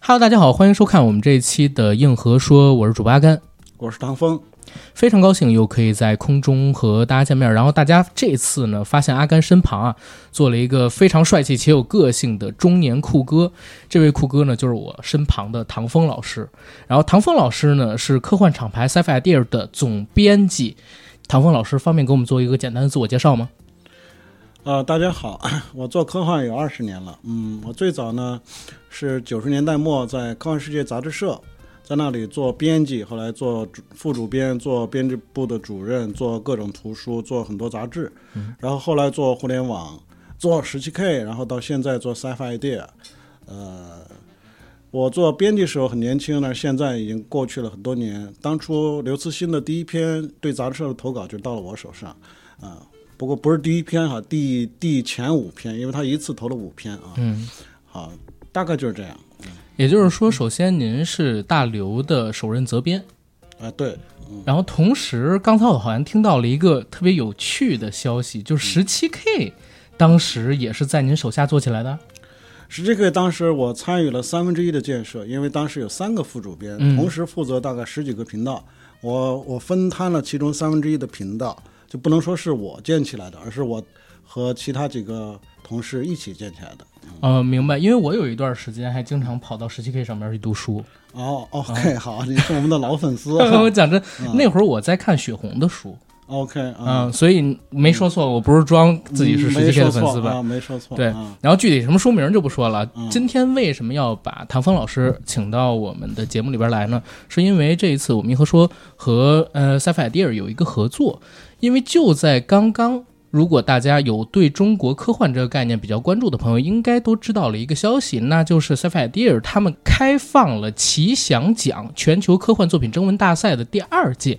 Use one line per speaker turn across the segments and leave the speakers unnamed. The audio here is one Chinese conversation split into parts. Hello，大家好，欢迎收看我们这一期的硬核说，我是主八甘，
我是唐风，
非常高兴又可以在空中和大家见面。然后大家这次呢，发现阿甘身旁啊，坐了一个非常帅气且有个性的中年酷哥。这位酷哥呢，就是我身旁的唐风老师。然后唐风老师呢，是科幻厂牌 Sci-Fi Idea 的总编辑。唐风老师，方便给我们做一个简单的自我介绍吗？
啊、大家好， 我做科幻有二十年了。嗯，我最早呢是九十年代末在《科幻世界》杂志社，在那里做编辑，后来做主副主编，做编辑部的主任，做各种图书，做很多杂志，然后后来做互联网，做十七 K，然后到现在做 Sci-Fi Idea。呃，我做编辑时候很年轻呢，现在已经过去了很多年。当初刘慈欣的第一篇对杂志社的投稿就到了我手上，啊、不过不是第一篇哈，第第前五篇，因为他一次投了五篇啊。
嗯，
好，大概就是这样。
也就是说，首先您是大刘的首任责编。
啊、对，
然后同时，刚才我好像听到了一个特别有趣的消息，
嗯
就是十七 K 当时也是在您手下做起来的。
十七 K 当时我参与了三分之一的建设，因为当时有三个副主编，
嗯
同时负责大概十几个频道，我我分摊了其中三分之一的频道，就不能说是我建起来的，而是我和其他几个同事一起建起来的。
呃，明白，因为我有一段时间还经常跑到十七 K 上面去读书。
哦，OK，好，
啊
你是我们的老粉 丝。
我讲真，
嗯
那会儿我在看雪红的书，
OK 啊，
嗯，所以没说错，我不是装自己是十七 K 的粉丝吧？
嗯没说错啊，没说错。
对
啊
然后具体什么书名就不说了。今天为什么要把唐风老师请到我们的节目里边来呢？是因为这一次我们一和说和呃 s a f i d e a 有一个合作，因为就在刚刚。如果大家有对中国科幻这个概念比较关注的朋友，应该都知道了一个消息，那就是 Sci-Fi Idea 他们开放了奇想奖全球科幻作品征文大赛的第二届。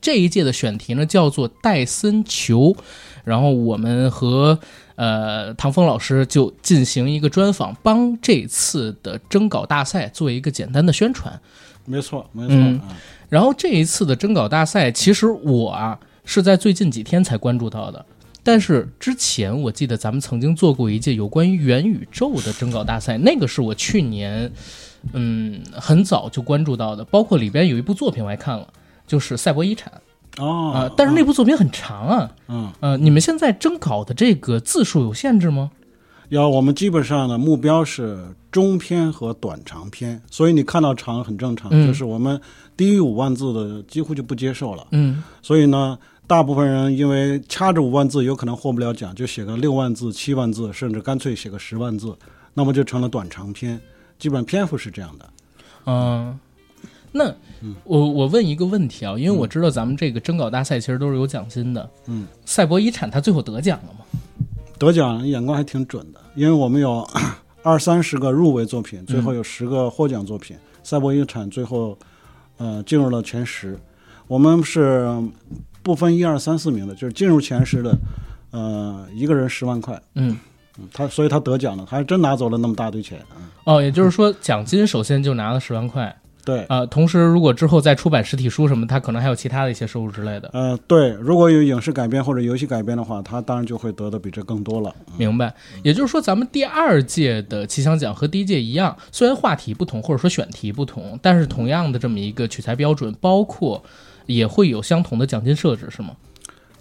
这一届的选题呢叫做戴森球，然后我们和呃，唐峰老师就进行一个专访，帮这次的征稿大赛做一个简单的宣传。
没错，没错
嗯
啊。
然后这一次的征稿大赛，其实我啊是在最近几天才关注到的，但是之前我记得咱们曾经做过一届有关于元宇宙的征稿大赛，那个是我去年嗯很早就关注到的，包括里边有一部作品我还看了，就是《赛博遗产》啊、
哦，
但是那部作品很长啊，
嗯，
呃，你们现在征稿的这个字数有限制吗？
要我们基本上呢，目标是中篇和短长篇，所以你看到长很正常，
嗯
就是我们低于五万字的几乎就不接受了。
嗯。
所以呢，大部分人因为掐着五万字有可能获不了奖，就写个六万字、七万字，甚至干脆写个十万字，那么就成了短长篇，基本篇幅是这样的。
嗯，那
嗯
我我问一个问题啊，因为我知道咱们这个征稿大赛其实都是有奖金的。
嗯，
赛博遗产它最后得奖了吗？
得奖眼光还挺准的，因为我们有 二三十个入围作品，最后有十个获奖作品，赛博遗产》最后呃进入了前十。我们是不分一二三四名的，就是进入前十的，呃，一个人十万块，
嗯，
嗯他所以他得奖了，他还真拿走了那么大堆钱。嗯，
哦，也就是说奖金首先就拿了十万块，
对，
呃，同时如果之后再出版实体书什么，他可能还有其他的一些收入之类的。
呃，对，如果有影视改编或者游戏改编的话，他当然就会得的比这更多了。
明白？
嗯
也就是说，咱们第二届的奇想奖和第一届一样，虽然话题不同或者说选题不同，但是同样的这么一个取材标准，包括也会有相同的奖金设置，是吗？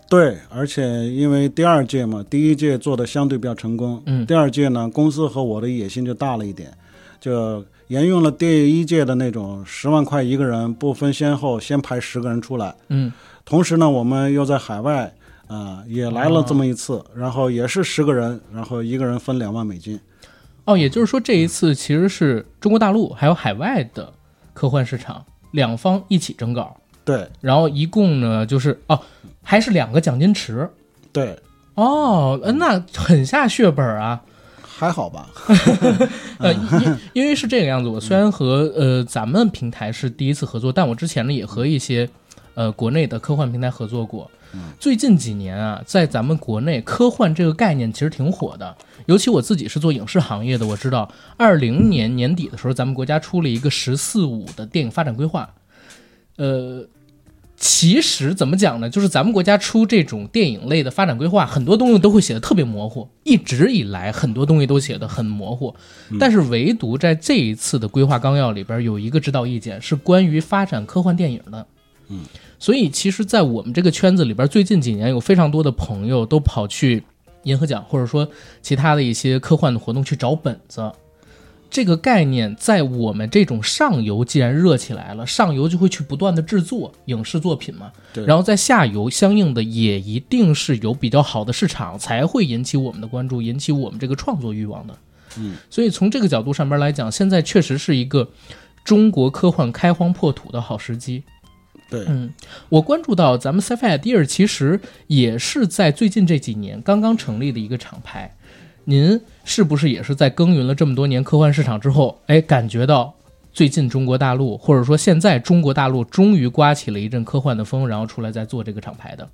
对，而且因为第二届嘛，第一届做的相对比较成功，
嗯
第二届呢，公司和我的野心就大了一点，就沿用了第一届的那种十万块一个人不分先后，先排十个人出来。
嗯，
同时呢，我们又在海外啊、也来了这么一次，然后也是十个人，然后一个人分两万美金。
哦，也就是说这一次其实是中国大陆还有海外的科幻市场两方一起征稿，
对
然后一共呢就是哦，还是两个奖金池
对，
哦，呃那很下血本啊。
还好吧？
呃，因因为是这个样子，我虽然和呃咱们平台是第一次合作，但我之前呢也和一些呃国内的科幻平台合作过。最近几年啊，在咱们国内科幻这个概念其实挺火的，尤其我自己是做影视行业的，我知道二零年年底的时候，咱们国家出了一个“十四五”的电影发展规划，呃，其实怎么讲呢？就是咱们国家出这种电影类的发展规划，很多东西都会写的特别模糊。一直以来，很多东西都写的很模糊，但是唯独在这一次的规划纲要里边有一个指导意见是关于发展科幻电影的。
嗯，
所以其实，在我们这个圈子里边，最近几年有非常多的朋友都跑去银河奖或者说其他的一些科幻的活动去找本子。这个概念在我们这种上游既然热起来了，上游就会去不断的制作影视作品嘛，
对
然后在下游相应的也一定是有比较好的市场，才会引起我们的关注，引起我们这个创作欲望的。
嗯，
所以从这个角度上边来讲，现在确实是一个中国科幻开荒破土的好时机。
对
嗯，我关注到咱们 Sci-Fi Idea 其实也是在最近这几年刚刚成立的一个厂牌。您是不是也是在耕耘了这么多年科幻市场之后，哎，感觉到最近中国大陆或者说现在中国大陆终于刮起了一阵科幻的风，然后出来再做这个厂牌的？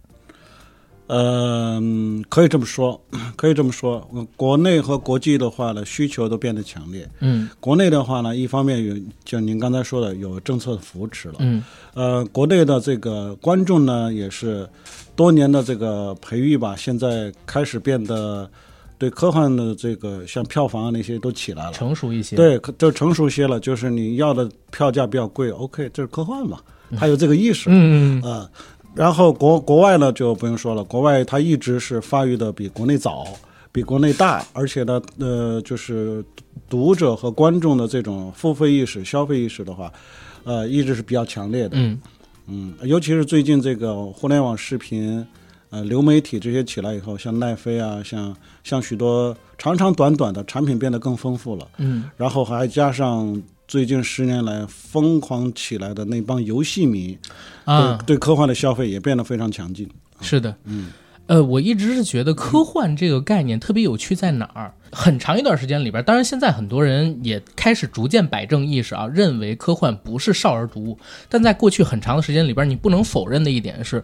嗯，可以这么说， 可以这么说。呃国内和国际的话呢，需求都变得强烈。
嗯
国内的话呢，一方面有，就您刚才说的，有政策扶持了。
嗯
呃，国内的这个观众呢，也是多年的这个培育吧，现在开始变得对科幻的这个像票房啊那些都起来了。
成熟一些。，
对，可就成熟些了，就是你要的票价比较贵，OK，这是科幻嘛，它有这个意识，
嗯嗯
呃，然后国国外呢就不用说了，国外它一直是发育的比国内早，比国内大，而且呢，呃，就是读者和观众的这种付费意识、消费意识的话，呃，一直是比较强烈的。
嗯
嗯，尤其是最近这个互联网视频、呃流媒体这些起来以后，像奈飞啊，像像许多长长短短的产品变得更丰富了，
嗯
然后还加上最近十年来疯狂起来的那帮游戏迷，
啊，
对对科幻的消费也变得非常强劲。
是的，嗯，呃，我一直是觉得科幻这个概念特别有趣，在哪儿？很长一段时间里边，当然现在很多人也开始逐渐摆正意识啊，认为科幻不是少儿读物。但在过去很长的时间里边，你不能否认的一点是，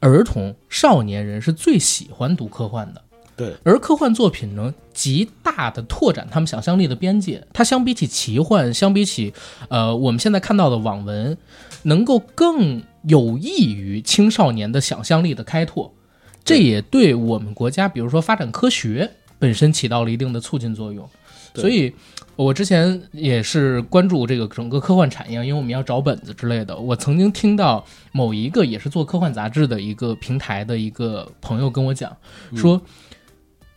儿童、少年人是最喜欢读科幻的。
对，
而科幻作品呢，极大的拓展他们想象力的边界。它相比起奇幻，相比起呃我们现在看到的网文，能够更有益于青少年的想象力的开拓。这也对我们国家，比如说发展科学本身起到了一定的促进作用。
对
所以，我之前也是关注这个整个科幻产业，因为我们要找本子之类的。我曾经听到某一个也是做科幻杂志的一个平台的一个朋
嗯
友跟我讲，说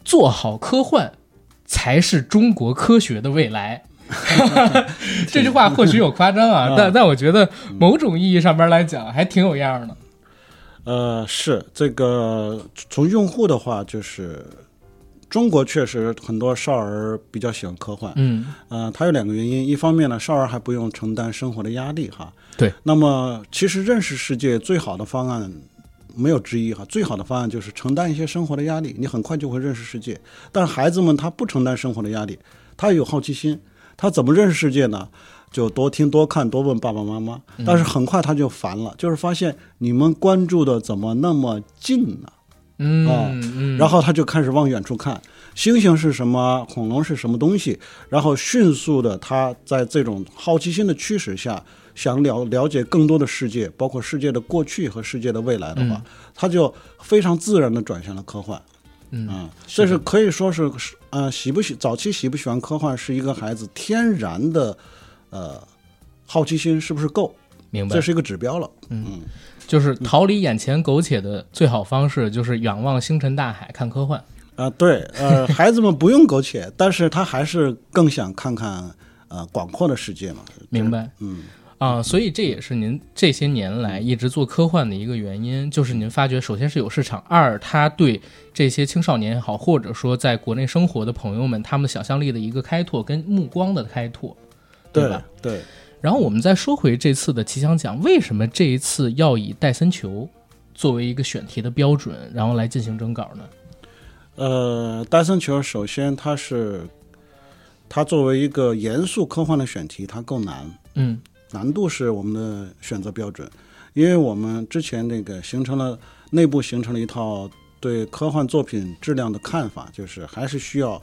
做好科幻才是中国科学的未 来。这句话或许有夸张
嗯
啊，但 但我觉得某种意义上边来讲还挺有样儿的。
呃，是这个从用户的话，就是中国确实很多少儿比较喜欢科幻，
嗯
呃，它有两个原因，一方面呢，少儿还不用承担生活的压力哈。
对。
那么，其实认识世界最好的方案没有之一哈，最好的方案就是承担一些生活的压力，你很快就会认识世界。但孩子们他不承担生活的压力，他有好奇心，他怎么认识世界呢？就多听、多看、多问爸爸妈妈。但是很快他就烦了，就是发现你们关注的怎么那么近呢、
嗯
啊
嗯，
然后他就开始往远处看，星星是什么，恐龙是什么东西，然后迅速的他在这种好奇心的驱使下，想了了解更多的世界，包括世界的过去和世界的未来的话，他就非常自然的转向了科幻。
嗯
啊，这是可以说是是啊、喜不喜早期喜不喜欢科幻是一个孩子天然的，呃，好奇心是不是够，
明白
这。是嗯一个指标了。
就是逃离眼前苟且的最好方式，就是仰望星辰大海，看科幻。
啊、对，呃，孩子们不用苟且，但是他还是更想看看呃广阔的世界嘛。
明白，
嗯，
啊，所以这也是您这些年来一直做科幻的一个原因，就是您发觉，首先是有市场，二，它对这些青少年也好，或者说在国内生活的朋友们，他们想象力的一个开拓跟目光的开拓，对吧？
对，
然后我们再说回这次的奇想奖，为什么这一次要以戴森球作为一个选题的标准，然后来进行征稿呢？
呃，单身球首先它是，它作为一个严肃科幻的选题，它够难，
嗯
难度是我们的选择标准，因为我们之前那个形成了内部形成了一套对科幻作品质量的看法，就是还是需要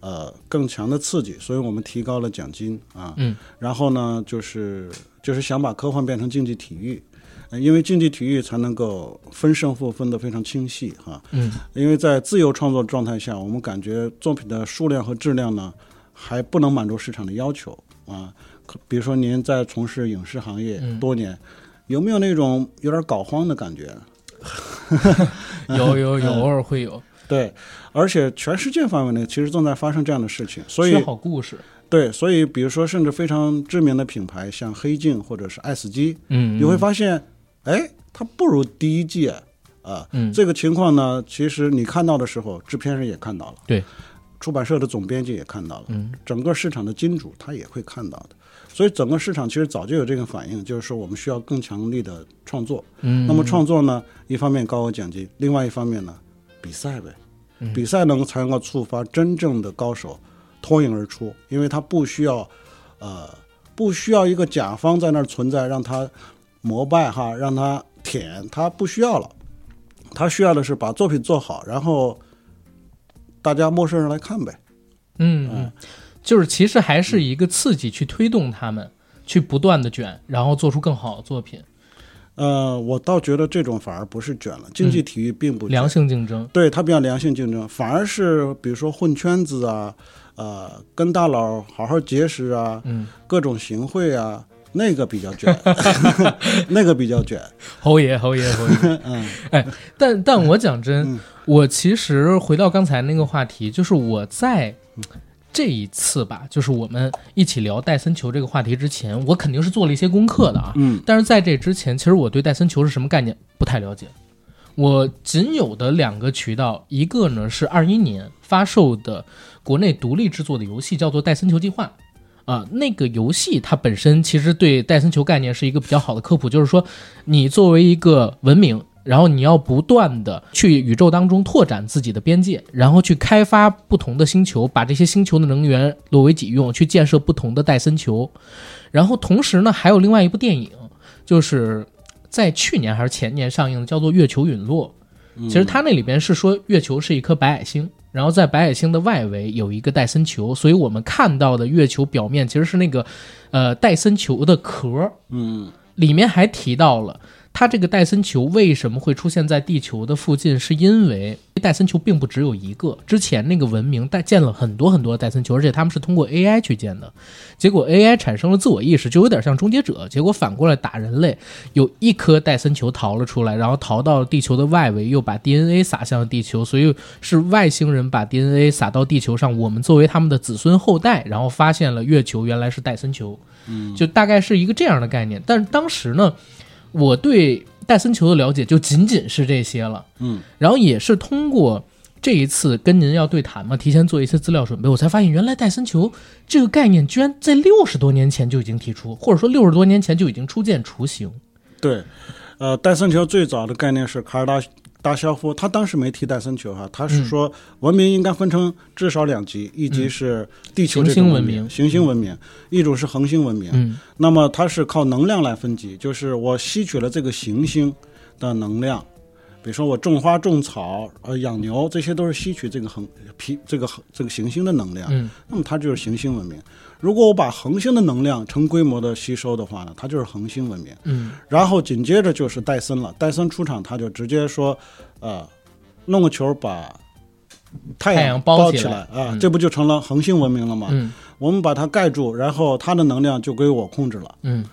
呃更强的刺激，所以我们提高了奖金啊，
嗯，
然后呢就是就是想把科幻变成竞技体育，呃因为竞技体育才能够分胜负分得非常清晰哈。
嗯，
因为在自由创作状态下，我们感觉作品的数量和质量呢，还不能满足市场的要求啊。可比如说您在从事影视行业
嗯
多年，有没有那种有点搞慌的感觉？
有有有，偶尔会有，
对，而且全世界范围内其实正在发生这样的事情，所
缺
以
好故事，
对，所以比如说甚至非常知名的品牌，像黑镜或者是爱死机，
嗯，
你会发现，哎，它不如第一季啊。
嗯
这个情况呢，其实你看到的时候，制片人也看到了，
对，
出版社的总编辑也看到了，
嗯
整个市场的金主他也会看到的。所以整个市场其实早就有这个反应，就是说我们需要更强力的创作。
嗯，
那么创作呢，一方面高额奖金，另外一方面呢，比赛呗
嗯，
比赛能够才能够触发真正的高手脱颖而出，因为他不需要，呃，不需要一个甲方在那儿存在让他膜拜哈，让他舔，他不需要了，他需要的是把作品做好，然后大家陌生人来看呗，
嗯嗯，就是其实还是一个刺激去推动他们去不断的卷，然后做出更好的作品，
呃，我倒觉得这种反而不是卷了，竞技体育并不
嗯
卷
良性竞争，
对它比较良性竞争，反而是比如说混圈子啊，呃，跟大佬好好结识啊，
嗯，
各种行贿啊，那个比较 卷，那个比较卷。
侯爷侯爷侯爷，
嗯
哎，但但我讲真，我其实回到刚才那个话题，就是我在。这一次吧，就是我们一起聊戴森球这个话题之前，我肯定是做了一些功课的啊。
嗯
但是在这之前，其实我对戴森球是什么概念不太了解。我仅有的两个渠道，一个呢是二一年发售的国内独立制作的游戏，叫做《戴森球计划》啊、那个游戏它本身其实对戴森球概念是一个比较好的科普，就是说你作为一个文明，然后你要不断的去宇宙当中拓展自己的边界，然后去开发不同的星球，把这些星球的能源落为己用，去建设不同的戴森球。然后同时呢，还有另外一部电影，就是在去年还是前年上映的，叫做《月球陨落》。
嗯
其实它那里边是说月球是一颗白矮星，然后在白矮星的外围有一个戴森球，所以我们看到的月球表面其实是那个呃戴森球的壳儿。
嗯
里面还提到了，它这个戴森球为什么会出现在地球的附近，是因为戴森球并不只有一个，之前那个文明带建了很多很多的戴森球，而且他们是通过 AI 去建的，结果 AI 产生了自我意识，就有点像终结者，结果反过来打人类，有一颗戴森球逃了出来，然后逃到地球的外围，又把 DNA 撒向了地球，所以是外星人把 DNA 撒到地球上，我们作为他们的子孙后代，然后发现了月球原来是戴森球。就大概是一个这样的概念。但是当时呢，我对戴森球的了解就仅仅是这些了，
嗯，
然后也是通过这一次跟您要对谈嘛，提前做一些资料准备，我才发现原来戴森球这个概念居然在六十多年前就已经提出，或者说六十多年前就已经初见雏形。
对，呃，戴森球最早的概念是卡尔达达肖夫，他当时没提戴森球哈，他
嗯
是说文明应该分成至少两级，一级是地球这
行
种
星
文
文明
明，行星文明，一种是恒星文明。
嗯
那么它是靠能量来分级，就是我吸取了这个行星的能量，比如说我种花、种草、呃养牛，这些都是吸取这个恒皮这个恒这个行星的能量。
嗯
那么它就是行星文明。如果我把恒星的能量成规模的吸收的话呢，它就是恒星文明。
嗯
然后紧接着就是戴森了，戴森出场他就直接说，呃，弄个球把太
太阳包
包
起
起
来
啊、这不就成了恒星文明了吗？
嗯
我们把它盖住，然后它的能量就归我控制了。
嗯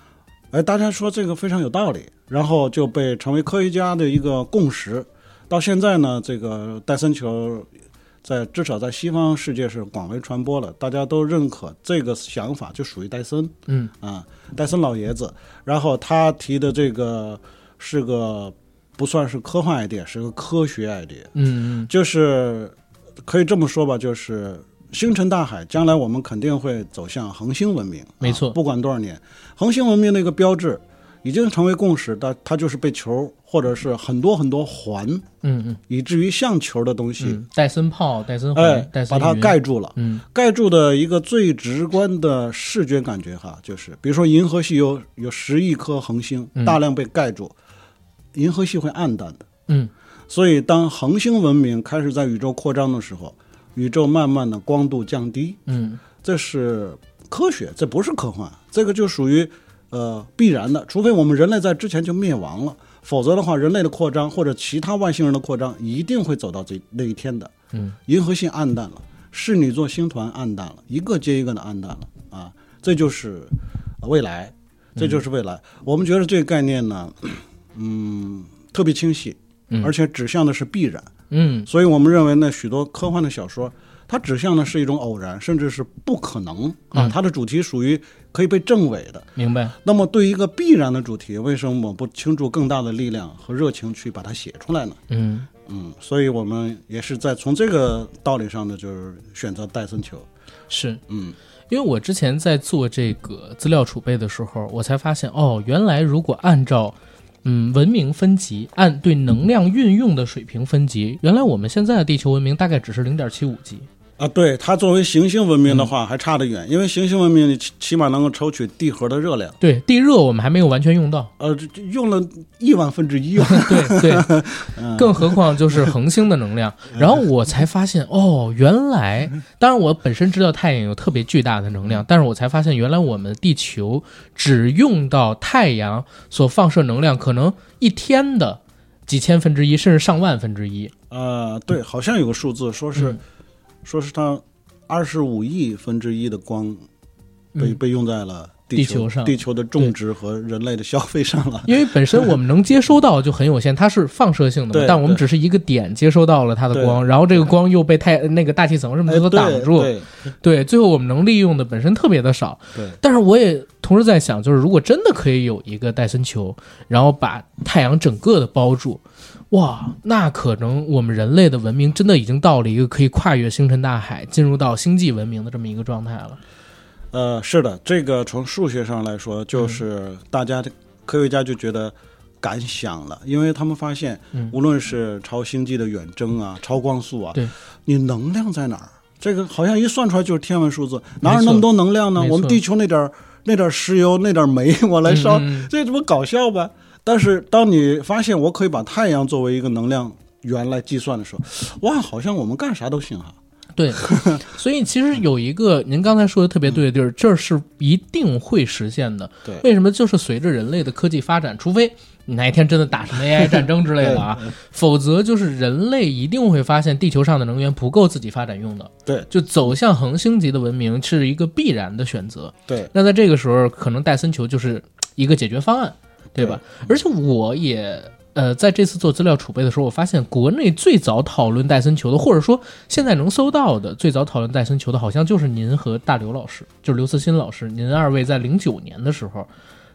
哎，大家说这个非常有道理，然后就被成为科学家的一个共识。到现在呢，这个戴森球在至少在西方世界是广为传播了，大家都认可这个想法就属于戴森
嗯
啊、戴森老爷子。然后他提的这个是个不算是科幻 idea，是个科学 idea，
嗯
就是可以这么说吧，就是星辰大海，将来我们肯定会走向恒星文明。
没错
啊不管多少年，恒星文明的一个标志已经成为共识，但它就是被球或者是很多很多环，
嗯嗯
以至于像球的东西，
嗯，戴森炮、戴森
哎
环、嗯戴，森
把它
云
盖住了。
嗯
盖住的一个最直观的视觉感觉哈，就是比如说银河系有有十亿颗恒星，大量被盖住，银河系会暗淡的。
嗯
所以，当恒星文明开始在宇宙扩张的时候，宇宙慢慢的光度降低，
嗯
这是科学，这不是科幻，这个就属于呃必然的，除非我们人类在之前就灭亡了，否则的话，人类的扩张或者其他外星人的扩张一定会走到这那一天的。
嗯，
银河系暗淡了，室女座星团暗淡了，一个接一个的暗淡了啊，这就是呃未来，
嗯
这就是未来。我们觉得这个概念呢，嗯，特别清晰，
嗯
而且指向的是必然。
嗯
所以我们认为呢，许多科幻的小说，它指向的是一种偶然，甚至是不可能啊，它的主题属于可以被证伪的。
明白。
那么，对于一个必然的主题，为什么我不倾注更大的力量和热情去把它写出来呢？
嗯，
嗯，所以我们也是在从这个道理上呢，就是选择戴森球。
是
嗯，
因为我之前在做这个资料储备的时候，我才发现哦，原来如果按照嗯文明分级，按对能量运用的水平分级，原来我们现在的地球文明大概只是零点七五级。
啊，对，它作为行星文明的话，还差得远，因为行星文明你起起码能够抽取地核的热量，
对，地热我们还没有完全用到。
呃，这这用了亿万分之一啊。
对对，
嗯
更何况就是恒星的能 量。然后我才发现，哦，原来，当然我本身知道太阳有特别巨大的能量，但是我才发现，原来我们地球只用到太阳所放射能量，可能一天的几千分之一，甚至上万分之一。
呃，对，好像有个数字说是、
嗯
说是它二十五亿分之一的光被、
嗯
被用在了
地
地
球上
地球的种植和人类的消费上了。
因为本身我们能接收到就很有限，它是放射性的嘛
对，
但我们
对
只是一个点接收到了它的
对
光，然后这个光又被太那个大气层什么
哎，
的嗯都挡住，
对
对，最后我们能利用的本身特别的少。
对对
但是我也同时在想，就是如果真的可以有一个戴森球，然后把太阳整个的包住，哇，那可能我们人类的文明真的已经到了一个可以跨越星辰大海，进入到星际文明的这么一个状态了。
呃，是的，这个从数学上来说，
嗯
就是大家、科学家就觉得敢想了，因为他们发现，
嗯
无论是超星际的远征啊、超光速啊，
对，
你能量在哪儿？这个好像一算出来就是天文数字，哪有
没错
那么多能量呢
没？错
我们地球那点儿那点儿石油、那点儿煤，我来烧，
嗯嗯
这这不搞笑吧？但是当你发现我可以把太阳作为一个能量源来计算的时候，哇，好像我们干啥都行哈、
对，所以其实有一个您刚才说的特别对的地儿，这是一定会实现的。
对
为什么？就是随着人类的科技发展，除非你哪一天真的打什么 AI 战争之类的啊，否则就是人类一定会发现地球上的能源不够自己发展用的。
对
就走向恒星级的文明是一个必然的选择。
对，
那在这个时候，可能戴森球就是一个解决方案，对吧？而且我也呃，在这次做资料储备的时候，我发现国内最早讨论戴森球的，或者说现在能搜到的最早讨论戴森球的，好像就是您和大刘老师，就是刘慈欣老师，您二位在零九年的时候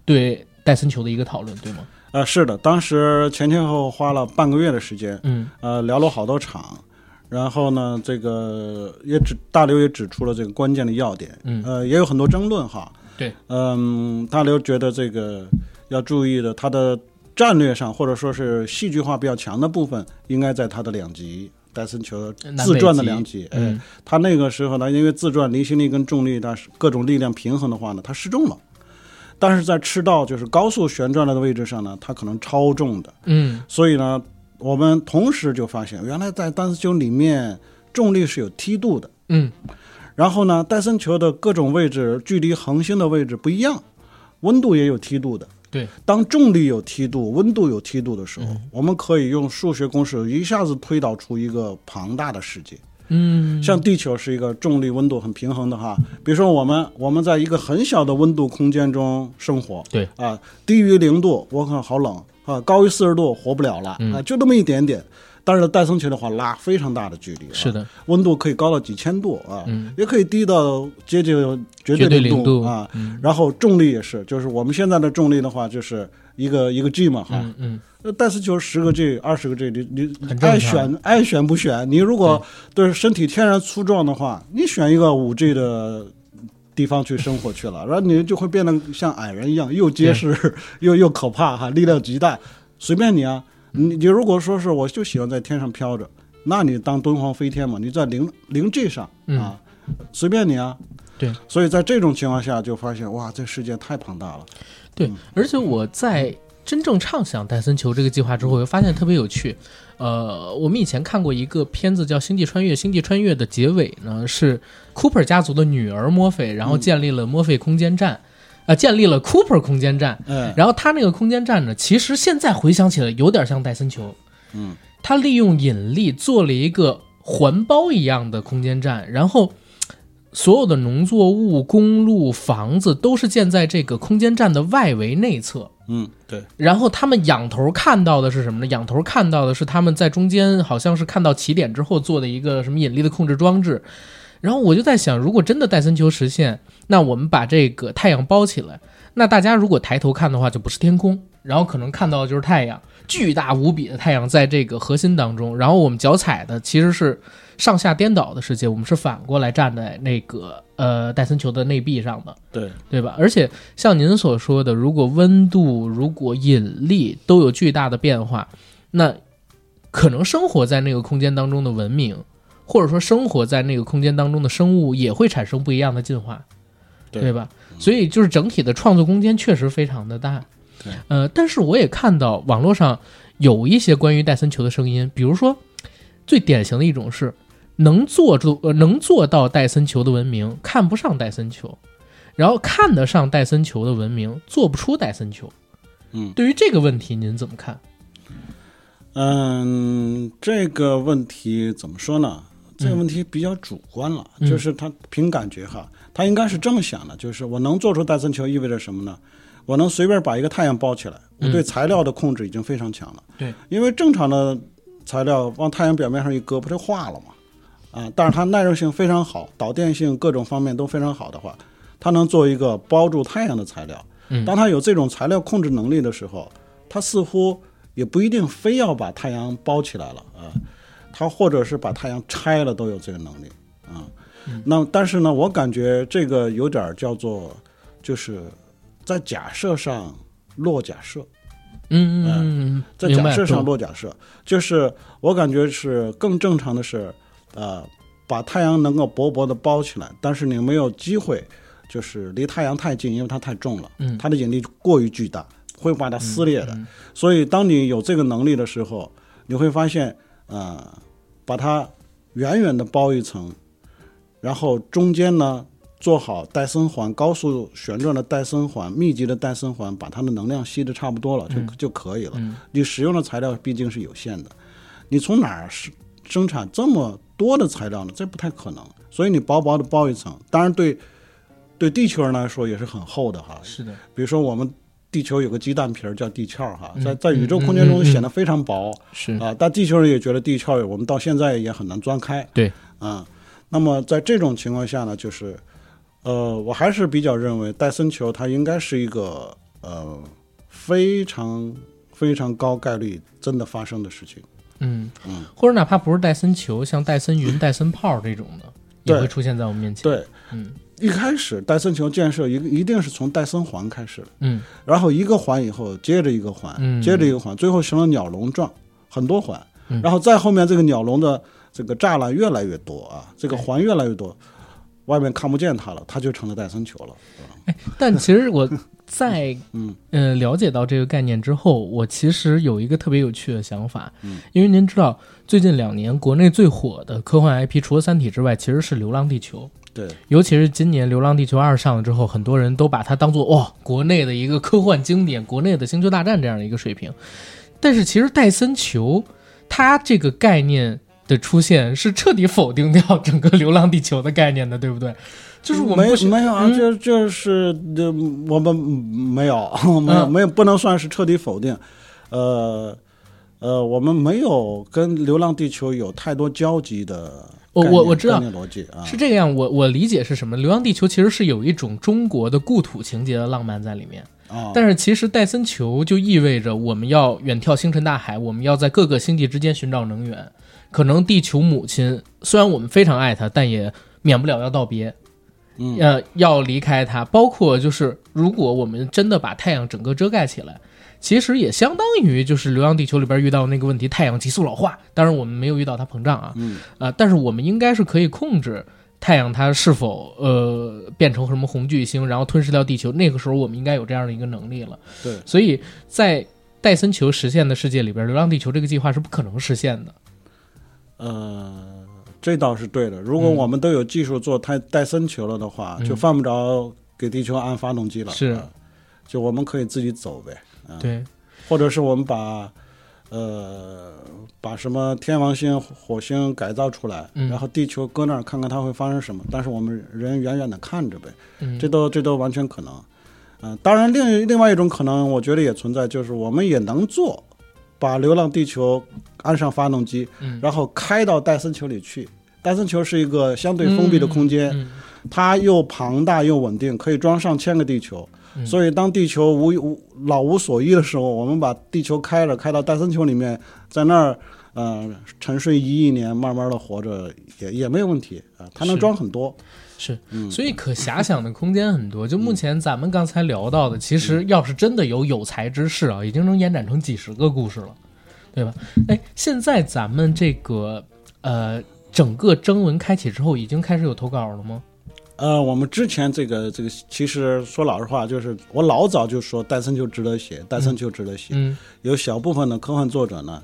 对戴森球的一个讨论，对吗？
呃，是的，当时前前后后花了半个月的时间，
嗯
呃，聊了好多场，然后呢，这个也指大刘也指出了这个关键的要点，
嗯
呃，也有很多争论哈，
对，
嗯，大刘觉得这个要注意的，他的战略上或者说是戏剧化比较强的部分，应该在他的两极。戴森球的
南
自
北
转的
极
两极，哎
嗯，
他那个时候呢，因为自转离心力跟重力的各种力量平衡的话呢，它失重了。但是在赤道就是高速旋转的位置上呢，它可能超重的。
嗯
所以呢，我们同时就发现，原来在单丝球里面重力是有梯度的。
嗯，
然后呢，戴森球的各种位置距离恒星的位置不一样，温度也有梯度的。
对，
当重力有梯度、温度有梯度的时候，我们可以用数学公式一下子推导出一个庞大的世界。
嗯
像地球是一个重力温度很平衡的哈，比如说我们我们在一个很小的温度空间中生活，
对
啊，低于零度我靠好冷啊，高于四十度活不了了、
嗯
啊，就那么一点点。但是戴森球的话拉非常大的距离、啊，
是的，嗯
温度可以高到几千度啊，也可以低到接近绝
绝对
零
零度嗯
啊。然后重力也是，就是我们现在的重力的话，就是一个一个 G 嘛哈，
嗯嗯，
那但是球十个 G、二十个 G，你你
很正
爱
常
选爱选不选？你如果对身体天然粗壮的话，你选一个五 G 的地方去生活去了，然后你就会变得像矮人一样，又结实 又又可怕哈，力量极大，随便你啊。你你如果说是我就喜欢在天上飘着，那你当敦煌飞天嘛，你在零零 G 上啊，随便你啊。
对，
所以在这种情况下，就发现哇，这世界太庞大了。
对，而且我在真正畅想戴森球这个计划之后，我又发现特别有趣。呃，我们以前看过一个片子叫《星际穿越》，《星际穿越》的结尾呢是 Cooper 家族的女儿墨菲，然后建立了墨菲空间站。呃建立了 Cooper 空间站。
哎，
然后他那个空间站呢，其实现在回想起来有点像戴森球，
嗯，
他利用引力做了一个环包一样的空间站，然后嘖所有的农作物、公路、房子都是建在这个空间站的外围内侧。
嗯，对，
然后他们仰头看到的是什么呢？仰头看到的是他们在中间好像是看到起点之后做的一个什么引力的控制装置。然后我就在想，如果真的戴森球实现，那我们把这个太阳包起来，那大家如果抬头看的话，就不是天空，然后可能看到的就是太阳，巨大无比的太阳在这个核心当中。然后我们脚踩的其实是上下颠倒的世界，我们是反过来站在那个呃戴森球的内壁上的。
对，
对吧？而且像您所说的，如果温度、如果引力都有巨大的变化，那可能生活在那个空间当中的文明，或者说生活在那个空间当中的生物，也会产生不一样的进化，
对
吧？所以就是整体的创作空间确实非常的大
对。
呃，但是我也看到网络上有一些关于戴森球的声音，比如说最典型的一种是能做出呃能做到戴森球的文明看不上戴森球，然后看得上戴森球的文明做不出戴森球。
嗯
对于这个问题您怎么看？
嗯，这个问题怎么说呢？这个问题比较主观了，
嗯
就是他凭感觉哈，他应该是这么想的，就是我能做出戴森球意味着什么呢？我能随便把一个太阳包起来，我对材料的控制已经非常强了。
嗯对，
因为正常的材料往太阳表面上一搁，不就化了吗？啊，但是它耐热性非常好，导电性各种方面都非常好的话，它能做一个包住太阳的材料。
嗯
当它有这种材料控制能力的时候，它似乎也不一定非要把太阳包起来了啊，它或者是把太阳拆了都有这个能力啊。那但是呢，我感觉这个有点儿叫做就是在假设上落假设，
嗯嗯嗯，
在
明
假
白
设上
懂
落假设，就是我感觉是更正常的是，呃，把太阳能够薄薄的包起来，但是你没有机会，就是离太阳太近，因为它太重了，
嗯
它的引力过于巨大，会把它撕裂的。所以当你有这个能力的时候，你会发现，呃，把它远远的包一层，然后中间呢。做好戴森环，高速旋转的戴森环，密集的戴森环，把它的能量吸的差不多了，
嗯
就、就可以了。你使用的材料毕竟是有限的，你从哪儿生生产这么多的材料呢？这不太可能。所以你薄薄的包一层，当然对对地球人来说也是很厚的哈。
是的，
比如说我们地球有个鸡蛋皮儿叫地壳儿哈，
嗯
在在宇宙空
嗯
间
嗯
中
嗯
显得非常薄
是
啊，但地球人也觉得地壳儿我们到现在也很难钻开。
对，
啊，那么在这种情况下呢，就是，呃，我还是比较认为戴森球它应该是一个呃非常非常高概率真的发生的事情。
嗯，或者哪怕不是戴森球，像戴森云、戴森泡这种的，也
对
会出现在我们面前。，
对，
嗯
一开始戴森球建设一一定是从戴森环开始的，
嗯
然后一个环以后接着一个环，
嗯
接着一个环，最后形成鸟笼状，很多环
嗯，
然后再后面这个鸟笼的这个栅栏越来越多啊，这个环越来越多，外面看不见它了，它就成了戴森球了。
但其实我在
嗯
呃了解到这个概念之后，我其实有一个特别有趣的想法，
嗯
因为您知道，最近两年国内最火的科幻 IP 除了《三体》之外，其实是《流浪地球》。
对，
尤其是今年《流浪地球二》上了之后，很多人都把它当做哇、国内的一个科幻经典，国内的《星球大战》这样的一个水平。但是其实戴森球，它这个概念的出现是彻底否定掉整个《流浪地球》的概念的，对不对？就是我们
没
不需
没有啊，
嗯
就就是呃我们没有 没有
嗯
没有不能算是彻底否定，呃呃，我们没有跟《流浪地球》有太多交集的
我
概
我
念
我知道
概念逻辑啊，
是这个样，我我理解是什么？《流浪地球》其实是有一种中国的故土情节的浪漫在里面。
啊，
但是其实戴森球就意味着我们要远眺星辰大海，我们要在各个星际之间寻找能源。可能地球母亲虽然我们非常爱她，但也免不了要道别，
嗯
呃，要离开它。包括就是，如果我们真的把太阳整个遮盖起来，其实也相当于就是《流浪地球》里边遇到那个问题，太阳急速老化。当然，我们没有遇到它膨胀啊，
嗯
啊，但是我们应该是可以控制太阳它是否呃变成什么红巨星，然后吞噬掉地球。那个时候我们应该有这样的一个能力了。
对
所以在戴森球实现的世界里边，《流浪地球》这个计划是不可能实现的。
呃，这倒是对的。如果我们都有技术做泰戴森球了的话，
嗯
就犯不着给地球安发动机了，
是
啊就我们可以自己走呗，
对，
或者是我们把呃把什么天王星、火星改造出来，
嗯
然后地球搁那儿看看它会发生什么，但是我们人远远的看着呗，
嗯
这都这都完全可能。嗯、当然另另外一种可能，我觉得也存在，就是我们也能做，把流浪地球安上发动机，
嗯
然后开到戴森球里去。戴森球是一个相对封闭的空间，
嗯
它又庞大又稳定，可以装上千个地球。
嗯
所以，当地球无无老无所依的时候，我们把地球开了，开到戴森球里面，在那儿呃沉睡一亿年，慢慢的活着也也没有问题啊。它能
是
装很多，
是，
嗯
所以可遐想的空间很多。就目前咱们刚才聊到的，其实要是真的有有才之士啊，已经能延展成几十个故事了，对吧？哎，现在咱们这个呃，整个征文开启之后，已经开始有投稿了吗？
呃，我们之前这个这个，其实说老实话，就是我老早就说戴森球值得写，戴森球值得写。
嗯
有小部分的科幻作者呢，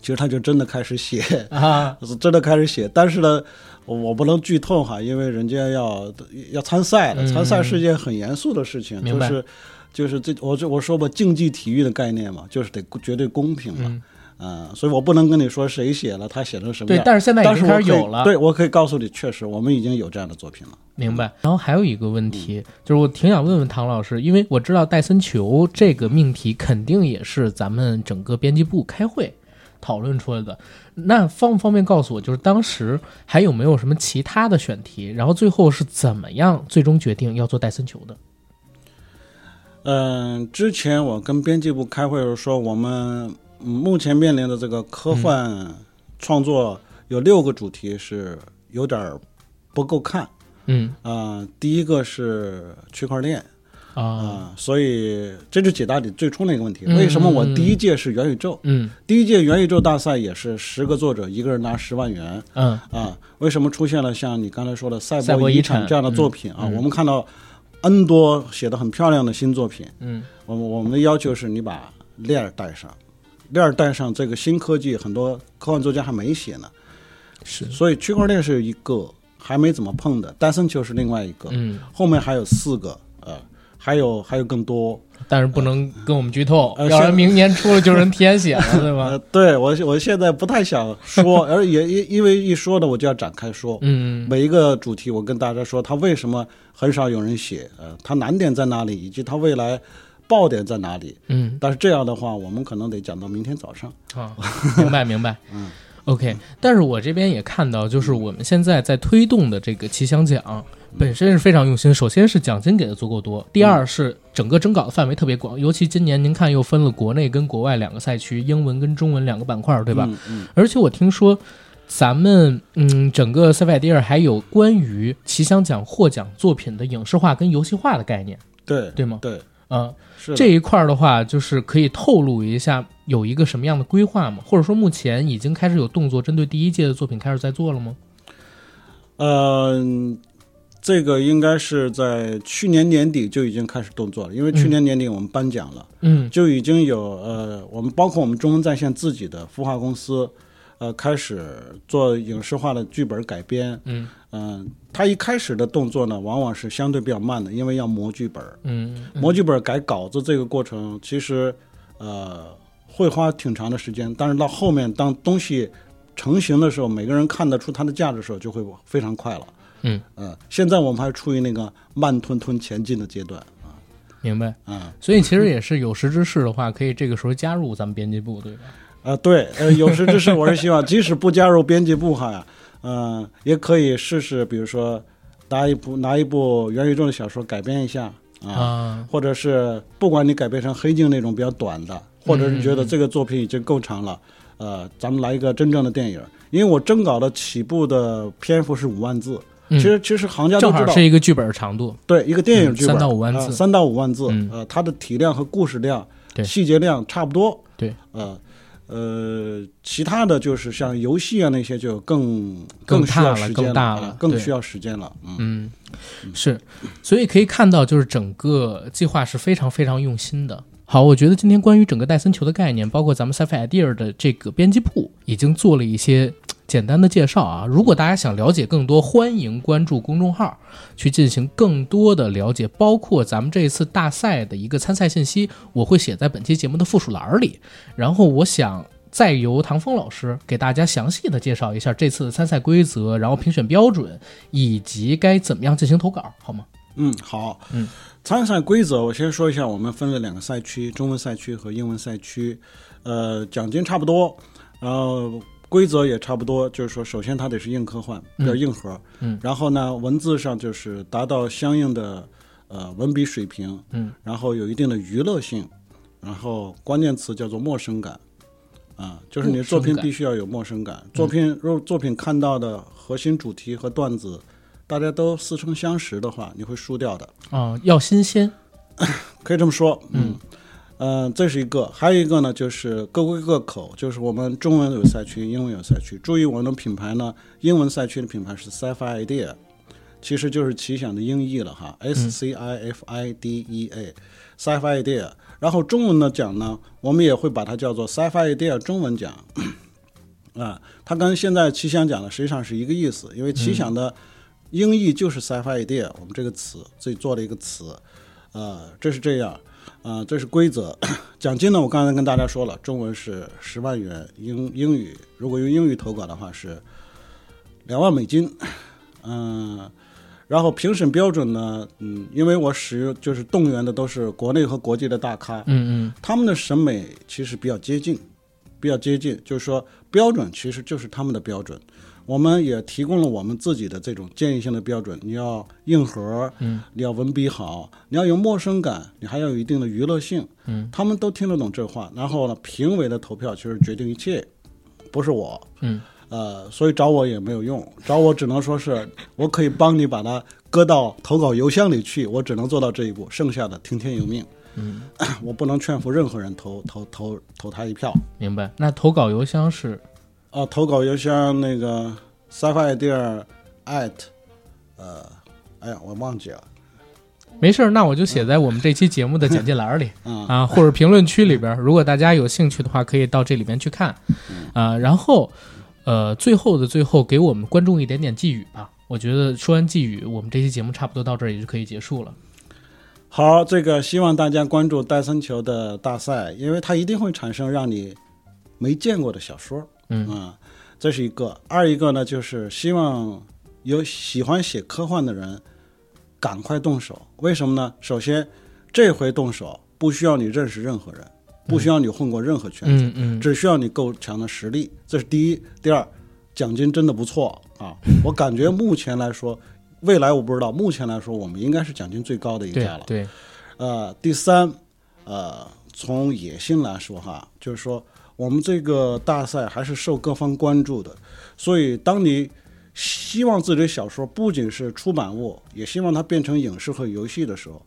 其实他就真的开始写，
啊，
是真的开始写。但是呢，我不能剧透哈，因为人家要要参赛了，
嗯
参赛是件很严肃的事情，
明
就
白
是就是这我这我说吧，竞技体育的概念嘛，就是得绝对公平嘛。
嗯
啊、所以我不能跟你说谁写了，他写成什么
对
样。，
但是现在
但
已
是
经
啊
开
我可
始
以
有了，
对我可以告诉你，确实我们已经有这样的作品了。
明白。然后还有一个问题，就是我挺想问问唐老师，因为我知道戴森球这个命题肯定也是咱们整个编辑部开会讨论出来的。那方不方便告诉我，就是当时还有没有什么其他的选题？然后最后是怎么样最终决定要做戴森球的？
嗯，之前我跟编辑部开会的时候说，我们嗯目前面临的这个科幻创作有六个主题是有点儿不够看
嗯
啊、呃第一个是区块链啊、
啊，
所以这就解答你最初那个问题：
嗯
为什么我第一届是元宇宙？
嗯
第一届元宇宙大赛也是十个作者一个人拿十万元
嗯
啊，为什么出现了像你刚才说的赛
赛博
博
遗
遗
产
产这样的作
嗯
品啊？
嗯
我们看到 N 多写的很漂亮的新作品。
嗯
我们我们的要求是你把链儿带上，链儿带上这个新科技，很多科幻作家还没写呢，
是
所以区块链是一个还没怎么碰的，单身球是另外一个，
嗯，
后面还有四个，呃，还有还有更多，
但是不能跟我们剧透，
呃
要不然
现
明年出了就有人填写了，对吧？
呃，对我我现在不太想 说，而也因因为一说呢，我就要展开说。
嗯
每一个主题，我跟大家说，它为什么很少有人写，呃，它难点在哪里，以及它未来爆点在哪里。
嗯
但是这样的话，我们可能得讲到明天早上。
啊，明白明白。嗯，OK。但是我这边也看到，就是我们现在在推动的这个奇想奖本身是非常用心。首先是奖金给的足够多，第二是整个征稿的范围特别广，尤其今年您看又分了国内跟国外两个赛区，英文跟中文两个板块，对吧？
嗯嗯
而且我听说。咱们嗯，整个塞维迪尔还有关于奇想奖获奖作品的影视化跟游戏化的概念，
对
对吗？
对，
啊、
是的
这一块儿的话，就是可以透露一下有一个什么样的规划吗？或者说目前已经开始有动作，针对第一届的作品开始在做了吗？
嗯，这个应该是在去年年底就已经开始动作了，因为去年年底我们颁奖了，
嗯
就已经有呃，我们包括我们中文在线自己的孵化公司，呃，开始做影视化的剧本改编。
嗯
嗯、它一开始的动作呢，往往是相对比较慢的，因为要磨剧本儿，
嗯
磨剧本儿改稿子这个过程，其实呃会花挺长的时间，但是到后面当东西成型的时候，每个人看得出它的价值的时候，就会非常快了。
嗯，
嗯，现在我们还处于那个慢吞吞前进的阶段啊。
明白。
嗯，
所以其实也是有识之士的话，可以这个时候加入咱们编辑部，对吧？
啊，对，呃，有识之士，我是希望，即使不加入编辑部哈 呀，嗯、也可以试试，比如说拿一部拿一部元宇宙的小说改编一下啊，
啊，
或者是不管你改编成黑镜那种比较短的，或者是觉得这个作品已经够长了，呃，咱们来一个真正的电影，因为我征稿的起步的篇幅是五万字，
嗯
其实其实行家都
正
知
好
道
是。一个剧本长度。
对，一个电影剧本
嗯三到五万字
呃三到五万字
嗯，
呃，它的体量和故事量
对、
细节量差不多，
对，
呃，呃，其他的就是像游戏啊那些就更
更
需
大
要
了
时
更
间
大了
了，啊
对
更需要时间了，嗯，
嗯，是，所以可以看到，就是整个计划是非常非常用心的。好，我觉得今天关于整个戴森球的概念，包括咱们 Sci-Fi Idea 的这个编辑部，已经做了一些简单的介绍啊。如果大家想了解更多，欢迎关注公众号去进行更多的了解，包括咱们这一次大赛的一个参赛信息，我会写在本期节目的附属栏里。然后我想。再由唐峰老师给大家详细的介绍一下这次的参赛规则，然后评选标准，以及该怎么样进行投稿，好吗？
嗯，好，
嗯，
参赛规则我先说一下，我们分了两个赛区，中文赛区和英文赛区，呃，奖金差不多，然后规则也差不多，就是说，首先它得是硬科幻，比较硬核，
嗯，
然后呢，文字上就是达到相应的呃文笔水平，
嗯，
然后有一定的娱乐性，然后关键词叫做陌生感。啊，就是你的作品
陌生感嗯
必须要有陌生感。作品若作品看到的核心主题和段子，大家都似曾相识的话，你会输掉的。
啊、要新鲜，
可以这么说，嗯，呃，这是一个，还有一个呢，就是各归各口，就是我们中文有赛区，英文有赛区。注意，我们的品牌呢，英文赛区的品牌是 Sci-Fi Idea，其实就是奇想的音译了哈，S C I F I D E A，Sci-Fi Idea。然后中文的奖呢，我们也会把它叫做 Sci-Fi Idea 中文奖，啊，它跟现在奇想奖呢实际上是一个意思，因为奇想的音译就是 Sci-Fi Idea，我们这个词自己做了一个词，呃，这是这样，啊、这是规则。 奖金呢，我刚才跟大家说了，中文是十万元，英英语如果用英语投稿的话是两万美金，嗯、然后评审标准呢，嗯，因为我使用就是动员的都是国内和国际的大咖，
嗯嗯，
他们的审美其实比较接近，比较接近，就是说标准其实就是他们的标准。我们也提供了我们自己的这种建议性的标准，你要硬核，嗯，你要文笔好，你要有陌生感，你还要有一定的娱乐性，嗯，他们都听得懂这话。然后呢，评委的投票其实决定一切，不是我，
嗯，
呃，所以找我也没有用，找我只能说是我可以帮你把它搁到投稿邮箱里去，我只能做到这一步，剩下的听天由命。 我不能劝服任何人投投投投他一票。
明白。那投稿邮箱是
啊，投稿邮箱那个 sci-fi idea at，呃，哎呀，我忘记了。
没事儿，那我就写在我们这期节目的简介栏里、
嗯
啊，或者评论区里边儿。如果大家有兴趣的话，可以到这里边去看
嗯
啊。然后，呃，最后的最后，给我们观众一点点寄语吧。我觉得说完寄语，我们这期节目差不多到这儿也就可以结束了。
好，这个希望大家关注戴森球的大赛，因为它一定会产生让你没见过的小说。
嗯
啊这是一个。二一个呢，就是希望有喜欢写科幻的人赶快动手。为什么呢？首先，这回动手不需要你认识任何人，不需要你混过任何圈子。
嗯嗯，
只需要你够强的实力，这是第一。第二，奖金真的不错 啊！我感觉目前来说，未来我不知道，目前来说我们应该是奖金最高的一
对
家了。
对，
呃，第三，呃，从野心来说哈，就是说我们这个大赛还是受各方关注的，所以当你希望自己的小说不仅是出版物，也希望它变成影视和游戏的时候，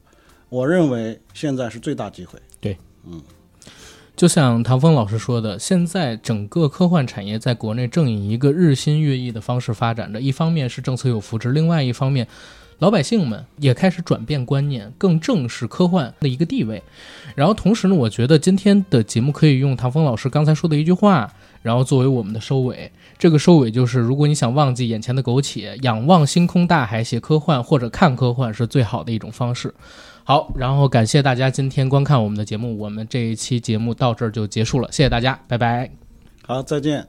我认为现在是最大机会。
就像唐峰老师说的，现在整个科幻产业在国内正以一个日新月异的方式发展着。一方面是政策有扶持，另外一方面，老百姓们也开始转变观念，更正视科幻的一个地位。然后同时呢，我觉得今天的节目可以用唐峰老师刚才说的一句话，然后作为我们的收尾。这个收尾就是，如果你想忘记眼前的苟且，仰望星空大海，写科幻或者看科幻是最好的一种方式。好，然后感谢大家今天观看我们的节目，我们这一期节目到这儿就结束了，谢谢大家，拜拜。
好，再见。